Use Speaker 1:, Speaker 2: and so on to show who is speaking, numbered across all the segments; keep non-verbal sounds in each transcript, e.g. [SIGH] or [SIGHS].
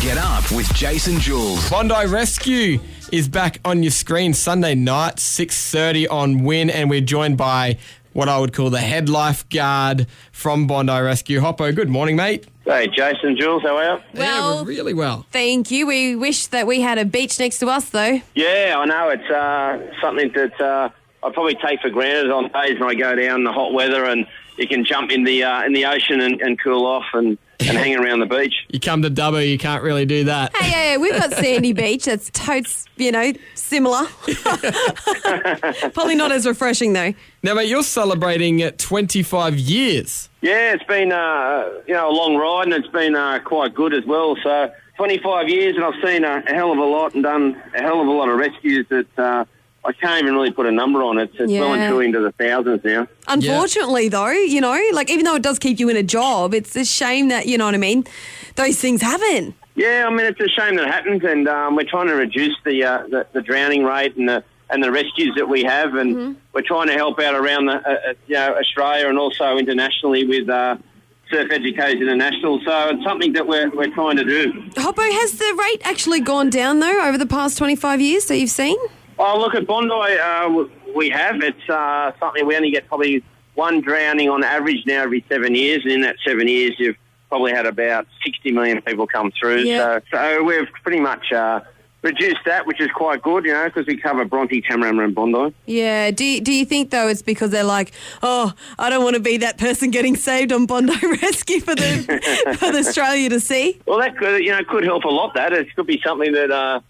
Speaker 1: Get Up with Jason Jules.
Speaker 2: Bondi Rescue is back on your screen Sunday night, 6.30 on Win, and we're joined by what I would call the head lifeguard from Bondi Rescue. Hoppo, good morning, mate.
Speaker 3: Hey, Jason, Jules, how are you?
Speaker 2: yeah,
Speaker 4: Well,
Speaker 2: we're really well.
Speaker 4: thank you. We wish that we had a beach next to us, though.
Speaker 3: Yeah, I know it's uh, something that uh, I probably take for granted on days when I go down in the hot weather and you can jump in the uh, in the ocean and, and cool off and, and hang around the beach.
Speaker 2: You come to Dubbo, you can't really do that.
Speaker 4: Hey, hey, we've got Sandy Beach. That's totes, you know, similar. Probably not as refreshing, though.
Speaker 2: Now, mate, you're celebrating uh, 25 years.
Speaker 3: Yeah, it's been uh, you know a long ride and it's been uh, quite good as well. So 25 years and I've seen a, a hell of a lot and done a hell of a lot of rescues that uh, I can't even really put a number on. It's, it's well
Speaker 4: Yeah.
Speaker 3: and truly into the thousands now.
Speaker 4: Unfortunately, though, you know, like even though it does keep you in a job, it's a shame that, you know what I mean, those things happen.
Speaker 3: Yeah, I mean it's a shame that it happens, and um, we're trying to reduce the, uh, the the drowning rate and the and the rescues that we have, and we're trying to help out around the, uh, uh, you know Australia and also internationally with uh, Surf Educators International. So it's something that we're we're trying to do.
Speaker 4: Hoppo, has the rate actually gone down, though, over the past 25 years that you've seen?
Speaker 3: Oh, look at Bondi. Uh, w- we have it's uh, something we only get probably one drowning on average now every seven years, and in that seven years, you've probably had about sixty million people come through.
Speaker 4: Yeah.
Speaker 3: So, so we've pretty much uh, reduced that, which is quite good, you know, because we cover Bronte, Tamarama, and Bondi.
Speaker 4: Yeah. Do you, do you think though it's because they're like, oh, I don't want to be that person getting saved on Bondi [LAUGHS] Rescue for the for the Australia to see?
Speaker 3: Well, that could you know could help a lot. That it could be something that uh,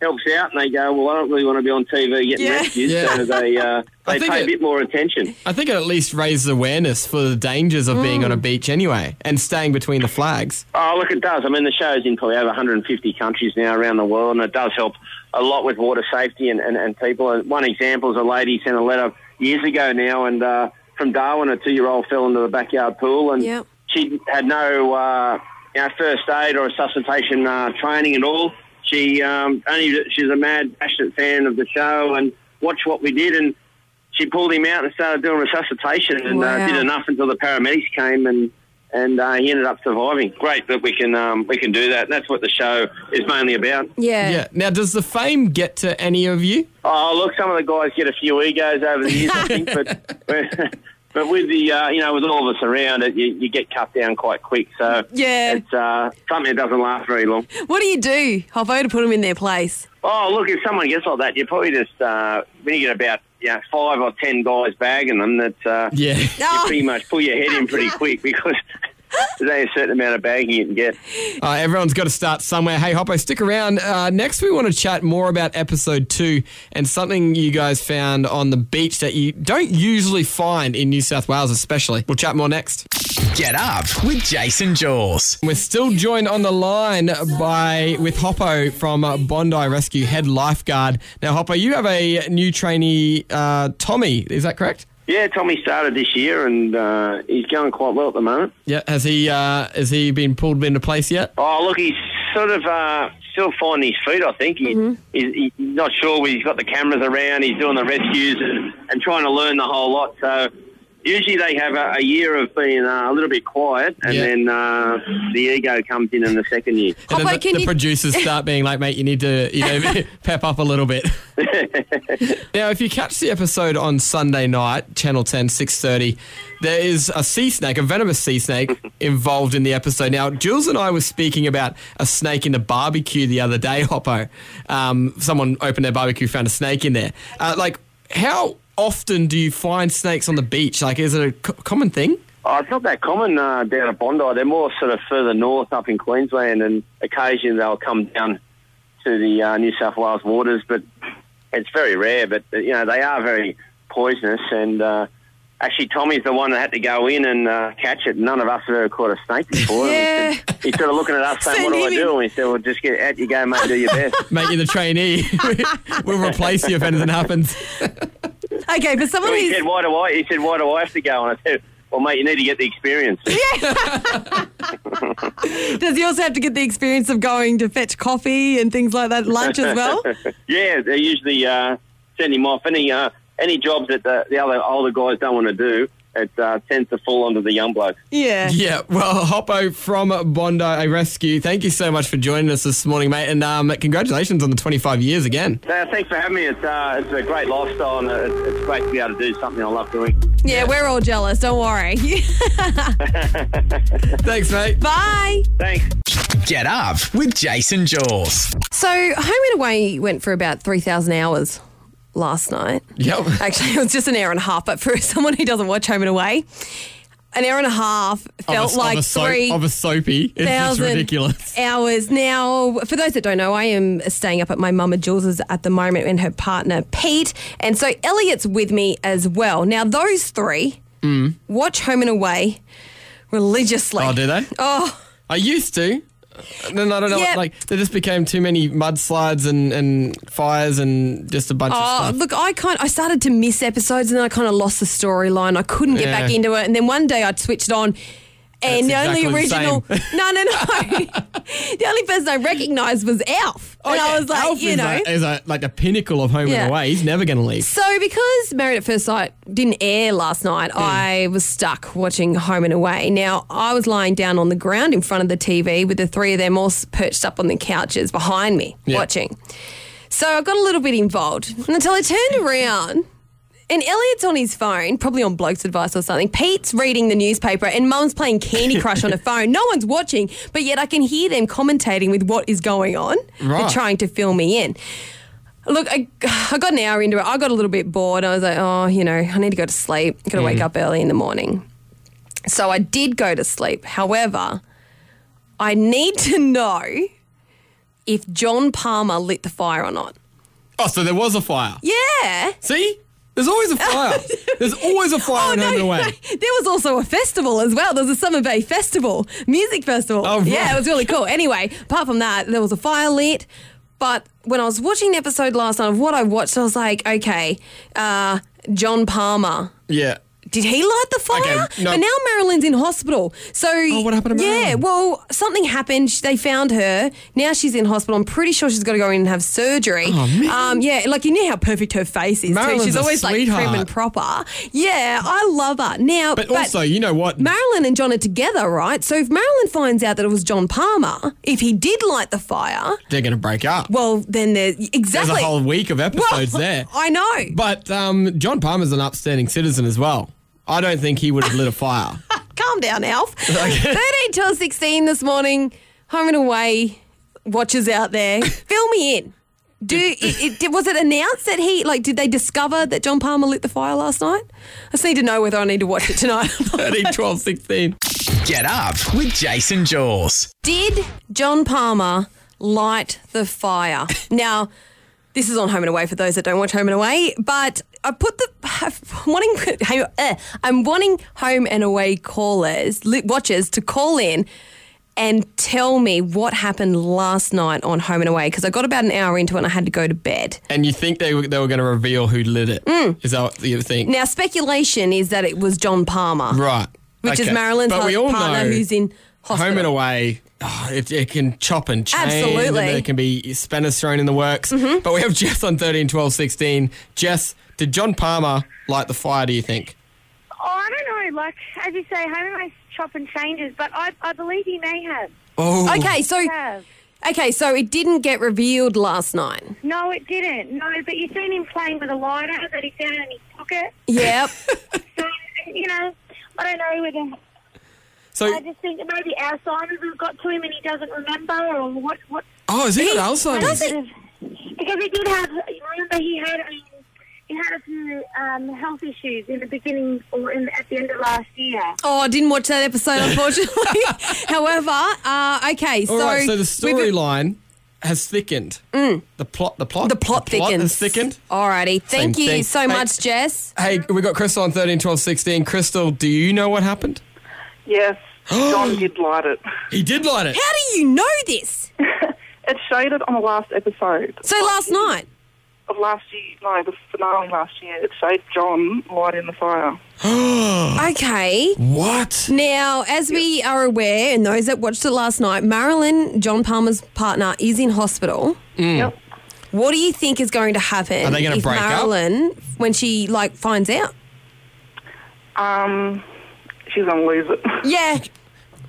Speaker 3: helps out, and they go, well, I don't really want to be on TV getting
Speaker 4: Yeah.
Speaker 3: rescued,
Speaker 2: Yeah.
Speaker 3: so they uh,
Speaker 2: [LAUGHS] I
Speaker 3: they
Speaker 2: think
Speaker 3: pay
Speaker 2: it-
Speaker 3: a bit more attention.
Speaker 2: I think it at least raised awareness for the dangers of being
Speaker 4: Mm.
Speaker 2: on a beach anyway and staying between the flags.
Speaker 3: Oh, look, it does. I mean, the show's in probably over 150 countries now around the world, and it does help a lot with water safety and, and, and people. And One example is a lady sent a letter years ago now, and uh, from Darwin, a two-year-old fell into the backyard pool, and
Speaker 4: Yep.
Speaker 3: she had no uh, you know, first aid or resuscitation uh, training at all. She um, only she's a mad, passionate fan of the show, and watched what we did, and she pulled him out and started doing resuscitation, and
Speaker 4: Wow.
Speaker 3: uh, did enough until the paramedics came and and uh, he ended up surviving. Great that we can um, we can do that. That's what the show is mainly about.
Speaker 4: Yeah.
Speaker 2: Yeah. Now, does the fame get to any of you?
Speaker 3: Oh, look, some of the guys get a few egos over the years, I [LAUGHS] think, but but with the uh, you know with all of us around, it you, you get cut down quite quick. So
Speaker 4: Yeah.
Speaker 3: it's uh, something that doesn't last very long.
Speaker 4: What do you do, Hoppo, to put them in their place?
Speaker 3: Oh, look, if someone gets like that, you probably just uh, when you get about you know, five or ten guys bagging them, that uh,
Speaker 2: Yeah.
Speaker 4: Oh.
Speaker 3: you pretty much pull your head in [LAUGHS] pretty quick because. There's only a certain amount of bagging you can get.
Speaker 2: Uh, everyone's got to start somewhere. Hey, Hoppo, stick around. Uh, next, we want to chat more about episode two and something you guys found on the beach that you don't usually find in New South Wales, especially. We'll chat more next.
Speaker 1: Get Up with Jason Jules.
Speaker 2: We're still joined on the line by with Hoppo from uh, Bondi Rescue Head Lifeguard. Now, Hoppo, you have a new trainee, uh, Tommy. Is that correct?
Speaker 3: Yeah, Tommy started this year and uh, he's going quite well at the moment.
Speaker 2: Yeah. Has he uh, has he been pulled into place yet?
Speaker 3: Oh, look, he's sort of uh, still finding his feet, I think. He, he's, he's not sure where he's got the cameras around, he's doing the rescues and, and trying to learn the whole lot. So usually they have a, a year of being uh, a little bit quiet and
Speaker 2: Yeah.
Speaker 3: then uh, the ego comes in in the second year.
Speaker 2: And
Speaker 4: Hoppo,
Speaker 2: then the,
Speaker 4: can
Speaker 2: the
Speaker 4: you-
Speaker 2: producers start being like, mate, you need to, you know, [LAUGHS] pep up a little
Speaker 4: [LAUGHS]
Speaker 2: bit. now, if you catch the episode on Sunday night, Channel 10, 6.30, there is a sea snake, a venomous sea
Speaker 4: [LAUGHS]
Speaker 2: snake, involved in the episode. Now, Jules and I were speaking about a snake in the barbecue the other day, Hoppo. Um, someone opened their barbecue, found a snake in there. Uh, like, how often do you find snakes on the beach? Like, is it a co- common thing?
Speaker 3: Oh, it's not that common uh, down at Bondi. They're more sort of further north up in Queensland, and occasionally they'll come down to the uh, New South Wales waters, but it's very rare. But, uh, you know, they are very poisonous, and uh, actually, Tommy's the one that had to go in and uh, catch it. None of us have ever caught a
Speaker 4: [LAUGHS]
Speaker 3: snake before.
Speaker 4: Yeah.
Speaker 3: And we said- He's sort of looking at us saying,
Speaker 4: Send
Speaker 3: What do I
Speaker 4: him
Speaker 3: do?
Speaker 4: in.
Speaker 3: And we said, Well, just get out you go, mate, do your
Speaker 4: [LAUGHS]
Speaker 3: best.
Speaker 2: Mate, you're the trainee. [LAUGHS] we'll replace you if anything happens.
Speaker 4: Okay, but someone
Speaker 3: So he
Speaker 4: who's
Speaker 3: said, Why do I? He said, Why do I have to go? And I said, Well, mate, you need to get the
Speaker 4: [LAUGHS]
Speaker 3: experience.
Speaker 4: does he also have to get the experience of going to fetch coffee and things like that, lunch as well?
Speaker 3: Yeah, they usually uh, send him off. Any uh, any jobs that the, the other older guys don't want to do, it uh, tends to fall onto the young blokes.
Speaker 4: Yeah.
Speaker 2: Yeah, well, Hoppo from Bondi Rescue, thank you so much for joining us this morning, mate, and um, congratulations on the 25 years again.
Speaker 3: Uh, thanks for having me. It's, uh, it's a great lifestyle and it's, it's great to be able to do something I love doing.
Speaker 4: Yeah, we're all jealous. Don't worry. [LAUGHS]
Speaker 2: Thanks, mate.
Speaker 4: Bye.
Speaker 3: Thanks.
Speaker 1: Get up with Jason Jules.
Speaker 4: So, Home and Away went for about 3,000 hours last night.
Speaker 2: Yep.
Speaker 4: Actually, [LAUGHS] it was just an hour and a half, but for [LAUGHS] someone who doesn't watch Home and Away, an hour and a half felt
Speaker 2: of a,
Speaker 4: like
Speaker 2: of a soap-
Speaker 4: three.
Speaker 2: of a soapy. It's just
Speaker 4: thousand
Speaker 2: ridiculous.
Speaker 4: hours. Now, for those that don't know, I am staying up at my mum and Jules's at the moment and her partner Pete. And so Elliot's with me as well. Now, those three watch Home and Away religiously.
Speaker 2: Mm. Oh, do they?
Speaker 4: Oh,
Speaker 2: I used to. Then I don't know.
Speaker 4: Yeah.
Speaker 2: Like there just became too many mudslides and, and fires and just a bunch
Speaker 4: oh,
Speaker 2: of stuff.
Speaker 4: look, I kind I started to miss episodes and then I kind of lost the storyline. I couldn't get
Speaker 2: Yeah.
Speaker 4: back into it. And then one day I'd switched on. And
Speaker 2: That's
Speaker 4: the only
Speaker 2: exactly the
Speaker 4: original, [LAUGHS] no,
Speaker 2: [LAUGHS]
Speaker 4: no, no. [LAUGHS] the only person I recognised was Alf,
Speaker 2: Oh,
Speaker 4: and
Speaker 2: yeah,
Speaker 4: I was like,
Speaker 2: Alf
Speaker 4: you
Speaker 2: is
Speaker 4: know,
Speaker 2: a, is a, like the pinnacle of Home
Speaker 4: Yeah.
Speaker 2: and Away. He's never going to leave.
Speaker 4: So, because Married at First Sight didn't air last night, I was stuck watching Home and Away. Now, I was lying down on the ground in front of the TV with the three of them all s- perched up on the couches behind me
Speaker 2: Yeah.
Speaker 4: watching. So, I got a little bit involved until I turned around. And Elliot's on his phone, probably on bloke's advice or something. Pete's reading the newspaper, and Mum's playing Candy Crush on her phone. No one's watching, but yet I can hear them commentating with what is going on. They're
Speaker 2: Right.
Speaker 4: trying to fill me in. Look, I, [SIGHS] I got an hour into it. I got a little bit bored. I was like, oh, you know, I need to go to sleep. Got to wake up early in the morning. So I did go to sleep. However, I need to [LAUGHS] know if John Palmer lit the fire or not.
Speaker 2: Oh, so there was a fire.
Speaker 4: Yeah.
Speaker 2: See, there's always a fire.
Speaker 4: [LAUGHS]
Speaker 2: there's always a fire
Speaker 4: Oh,
Speaker 2: in
Speaker 4: no,
Speaker 2: Home and Away.
Speaker 4: no. [LAUGHS] There was also a festival as well. There was a Summer Bay Festival, music festival.
Speaker 2: Oh, right.
Speaker 4: Yeah, it was really cool. Anyway, apart from that, there was a fire lit. But when I was watching the episode last night of what I watched, I was like, okay, uh, John Palmer.
Speaker 2: Yeah.
Speaker 4: Did he light the fire?
Speaker 2: Okay, no. Oh,
Speaker 4: But now Marilyn's in hospital. So
Speaker 2: what happened to
Speaker 4: Yeah,
Speaker 2: Marilyn?
Speaker 4: well, something happened. Sh- They found her. Now she's in hospital. I'm pretty sure she's got to go in and have surgery.
Speaker 2: Oh, man.
Speaker 4: Um, yeah, like you know how perfect her face is.
Speaker 2: Marilyn's
Speaker 4: too. She's
Speaker 2: a
Speaker 4: always like
Speaker 2: sweetheart.
Speaker 4: prim and proper. Yeah, I love her. Now,
Speaker 2: But, also, you know what?
Speaker 4: Marilyn and John are together, right? So if Marilyn finds out that it was John Palmer, if he did light the fire,
Speaker 2: They're going to break up.
Speaker 4: well, then there's
Speaker 2: there's
Speaker 4: exactly
Speaker 2: a whole week of
Speaker 4: Well, [LAUGHS]
Speaker 2: episodes there.
Speaker 4: I know.
Speaker 2: But um, John Palmer's an upstanding citizen as well. I don't think he would have lit a fire.
Speaker 4: [LAUGHS] Calm down, Alf. [LAUGHS] 13 till 16 this morning, home and away, watchers out there, fill me in. Do it, it, was it announced that he like? Did they discover that John Palmer lit the fire last night? I just need to know whether I need to watch it tonight. or not.
Speaker 2: 13, 12, 16.
Speaker 1: Get up with Jason Jules.
Speaker 4: Did John Palmer light
Speaker 2: [LAUGHS]
Speaker 4: the fire? Now, this is on Home and Away for those that don't watch Home and Away, but I put the I'm wanting [LAUGHS] hey, eh, I'm wanting Home and Away callers, li- watchers to call in and tell me what happened last night on Home and Away because I got about an hour into it and I had to go to bed.
Speaker 2: And you think they were, they were going to reveal who lit it? Is
Speaker 4: Mm.
Speaker 2: that what you think?
Speaker 4: Now, speculation is that it was John Palmer,
Speaker 2: right.
Speaker 4: which is
Speaker 2: Okay.
Speaker 4: Marilyn's
Speaker 2: But
Speaker 4: hu-
Speaker 2: we all
Speaker 4: partner
Speaker 2: know
Speaker 4: who's in hospital.
Speaker 2: Home and away, oh, it, it can chop and change. And
Speaker 4: Absolutely. Mm-hmm.
Speaker 2: there can be spanners thrown in the works. But we have Jess on 13, 12, 16. Jess, did John Palmer light the fire, do you think?
Speaker 5: Oh, I don't know. Like as you say, home and chop and changes, but I, I believe he may have.
Speaker 2: Oh,
Speaker 4: Okay, so
Speaker 5: Have.
Speaker 4: Okay, so it didn't get revealed last night.
Speaker 5: No, it didn't. No, but you've seen him playing with a lighter that he found in his pocket.
Speaker 4: Yep.
Speaker 5: So you know, I don't know whether
Speaker 2: So,
Speaker 5: I just think that maybe Alzheimer's has got to him and he doesn't remember or what. What?
Speaker 2: oh, is he
Speaker 4: He-
Speaker 2: got Alzheimer's?
Speaker 5: Because he did have. Remember, he had um, he had a few um, health issues in the beginning or in, at the end of last year.
Speaker 4: [LAUGHS] oh, I didn't watch
Speaker 2: [LAUGHS]
Speaker 4: that episode, unfortunately. However, uh, okay, so,
Speaker 2: All right, so the
Speaker 4: we've- Mm.
Speaker 2: storyline has thickened. The plot, the plot,
Speaker 4: the plot thickens.
Speaker 2: has thickened.
Speaker 4: Alrighty, thank
Speaker 2: Same
Speaker 4: you
Speaker 2: thing.
Speaker 4: so
Speaker 2: Hey.
Speaker 4: much, Jess.
Speaker 2: Hey, we got Crystal on 13, 12, 16. Crystal, do you know what happened?
Speaker 6: Yes, John did light it.
Speaker 2: He did light it.
Speaker 4: How do you know this?
Speaker 6: It shaded on the last episode
Speaker 4: So last night,
Speaker 6: of last year, no, the finale last year. It shaded John lighting the fire.
Speaker 4: okay.
Speaker 2: What?
Speaker 4: Now, as we are aware, and those that watched it last night, Marilyn, John Palmer's partner, is in hospital.
Speaker 6: Yep.
Speaker 4: What do you think is going to happen?
Speaker 2: Are they gonna
Speaker 4: if
Speaker 2: break up?
Speaker 4: Marilyn, when she like finds out?
Speaker 6: Um, she's gonna lose it. [LAUGHS]
Speaker 4: Yeah.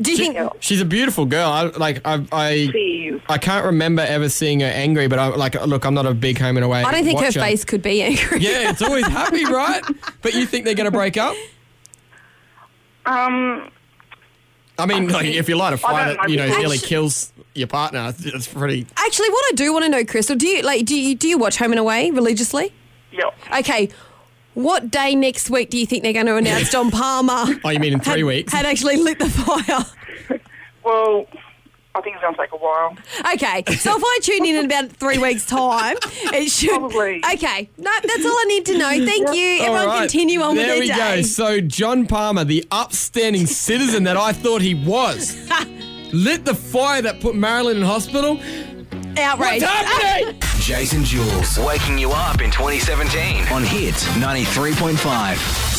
Speaker 4: Do you think?
Speaker 2: She's a beautiful girl. I like I I,
Speaker 6: Jeez.
Speaker 2: I can't remember ever seeing her angry, but I like look, I'm not a big home and away.
Speaker 4: I don't think her
Speaker 2: watcher.
Speaker 4: face could be angry.
Speaker 2: Yeah, it's always
Speaker 4: [LAUGHS]
Speaker 2: happy, right? But you think they're going to break up?
Speaker 6: Um,
Speaker 2: I mean, like if you light a
Speaker 6: I
Speaker 2: fire
Speaker 6: don't
Speaker 2: that you know
Speaker 6: know.
Speaker 2: nearly
Speaker 4: Actu-
Speaker 2: kills your partner, it's pretty.
Speaker 4: Actually, what I do want to know, Crystal, do you like do you do you watch Home and Away religiously?
Speaker 6: yeah.
Speaker 4: Okay. What day next week do you think they're going to announce John
Speaker 2: [LAUGHS]
Speaker 4: Palmer?
Speaker 2: Oh, you mean in three
Speaker 4: had,
Speaker 2: weeks?
Speaker 4: Had actually lit the fire.
Speaker 6: Well, I think it's gonna take a while.
Speaker 4: Okay, so if I tune in in about three weeks' time, it should.
Speaker 6: Probably.
Speaker 4: Okay, no, that's all I need to know. Thank you.
Speaker 2: All
Speaker 4: Everyone,
Speaker 2: right,
Speaker 4: continue on
Speaker 2: there
Speaker 4: with their
Speaker 2: we go.
Speaker 4: day.
Speaker 2: So John Palmer, the
Speaker 4: [LAUGHS]
Speaker 2: upstanding citizen that I thought he was, lit the fire that put Marilyn in hospital.
Speaker 4: Outrage.
Speaker 2: What's
Speaker 4: [LAUGHS]
Speaker 2: happening?
Speaker 7: Jason Jules, waking you up in 2017 on Hit 93.5.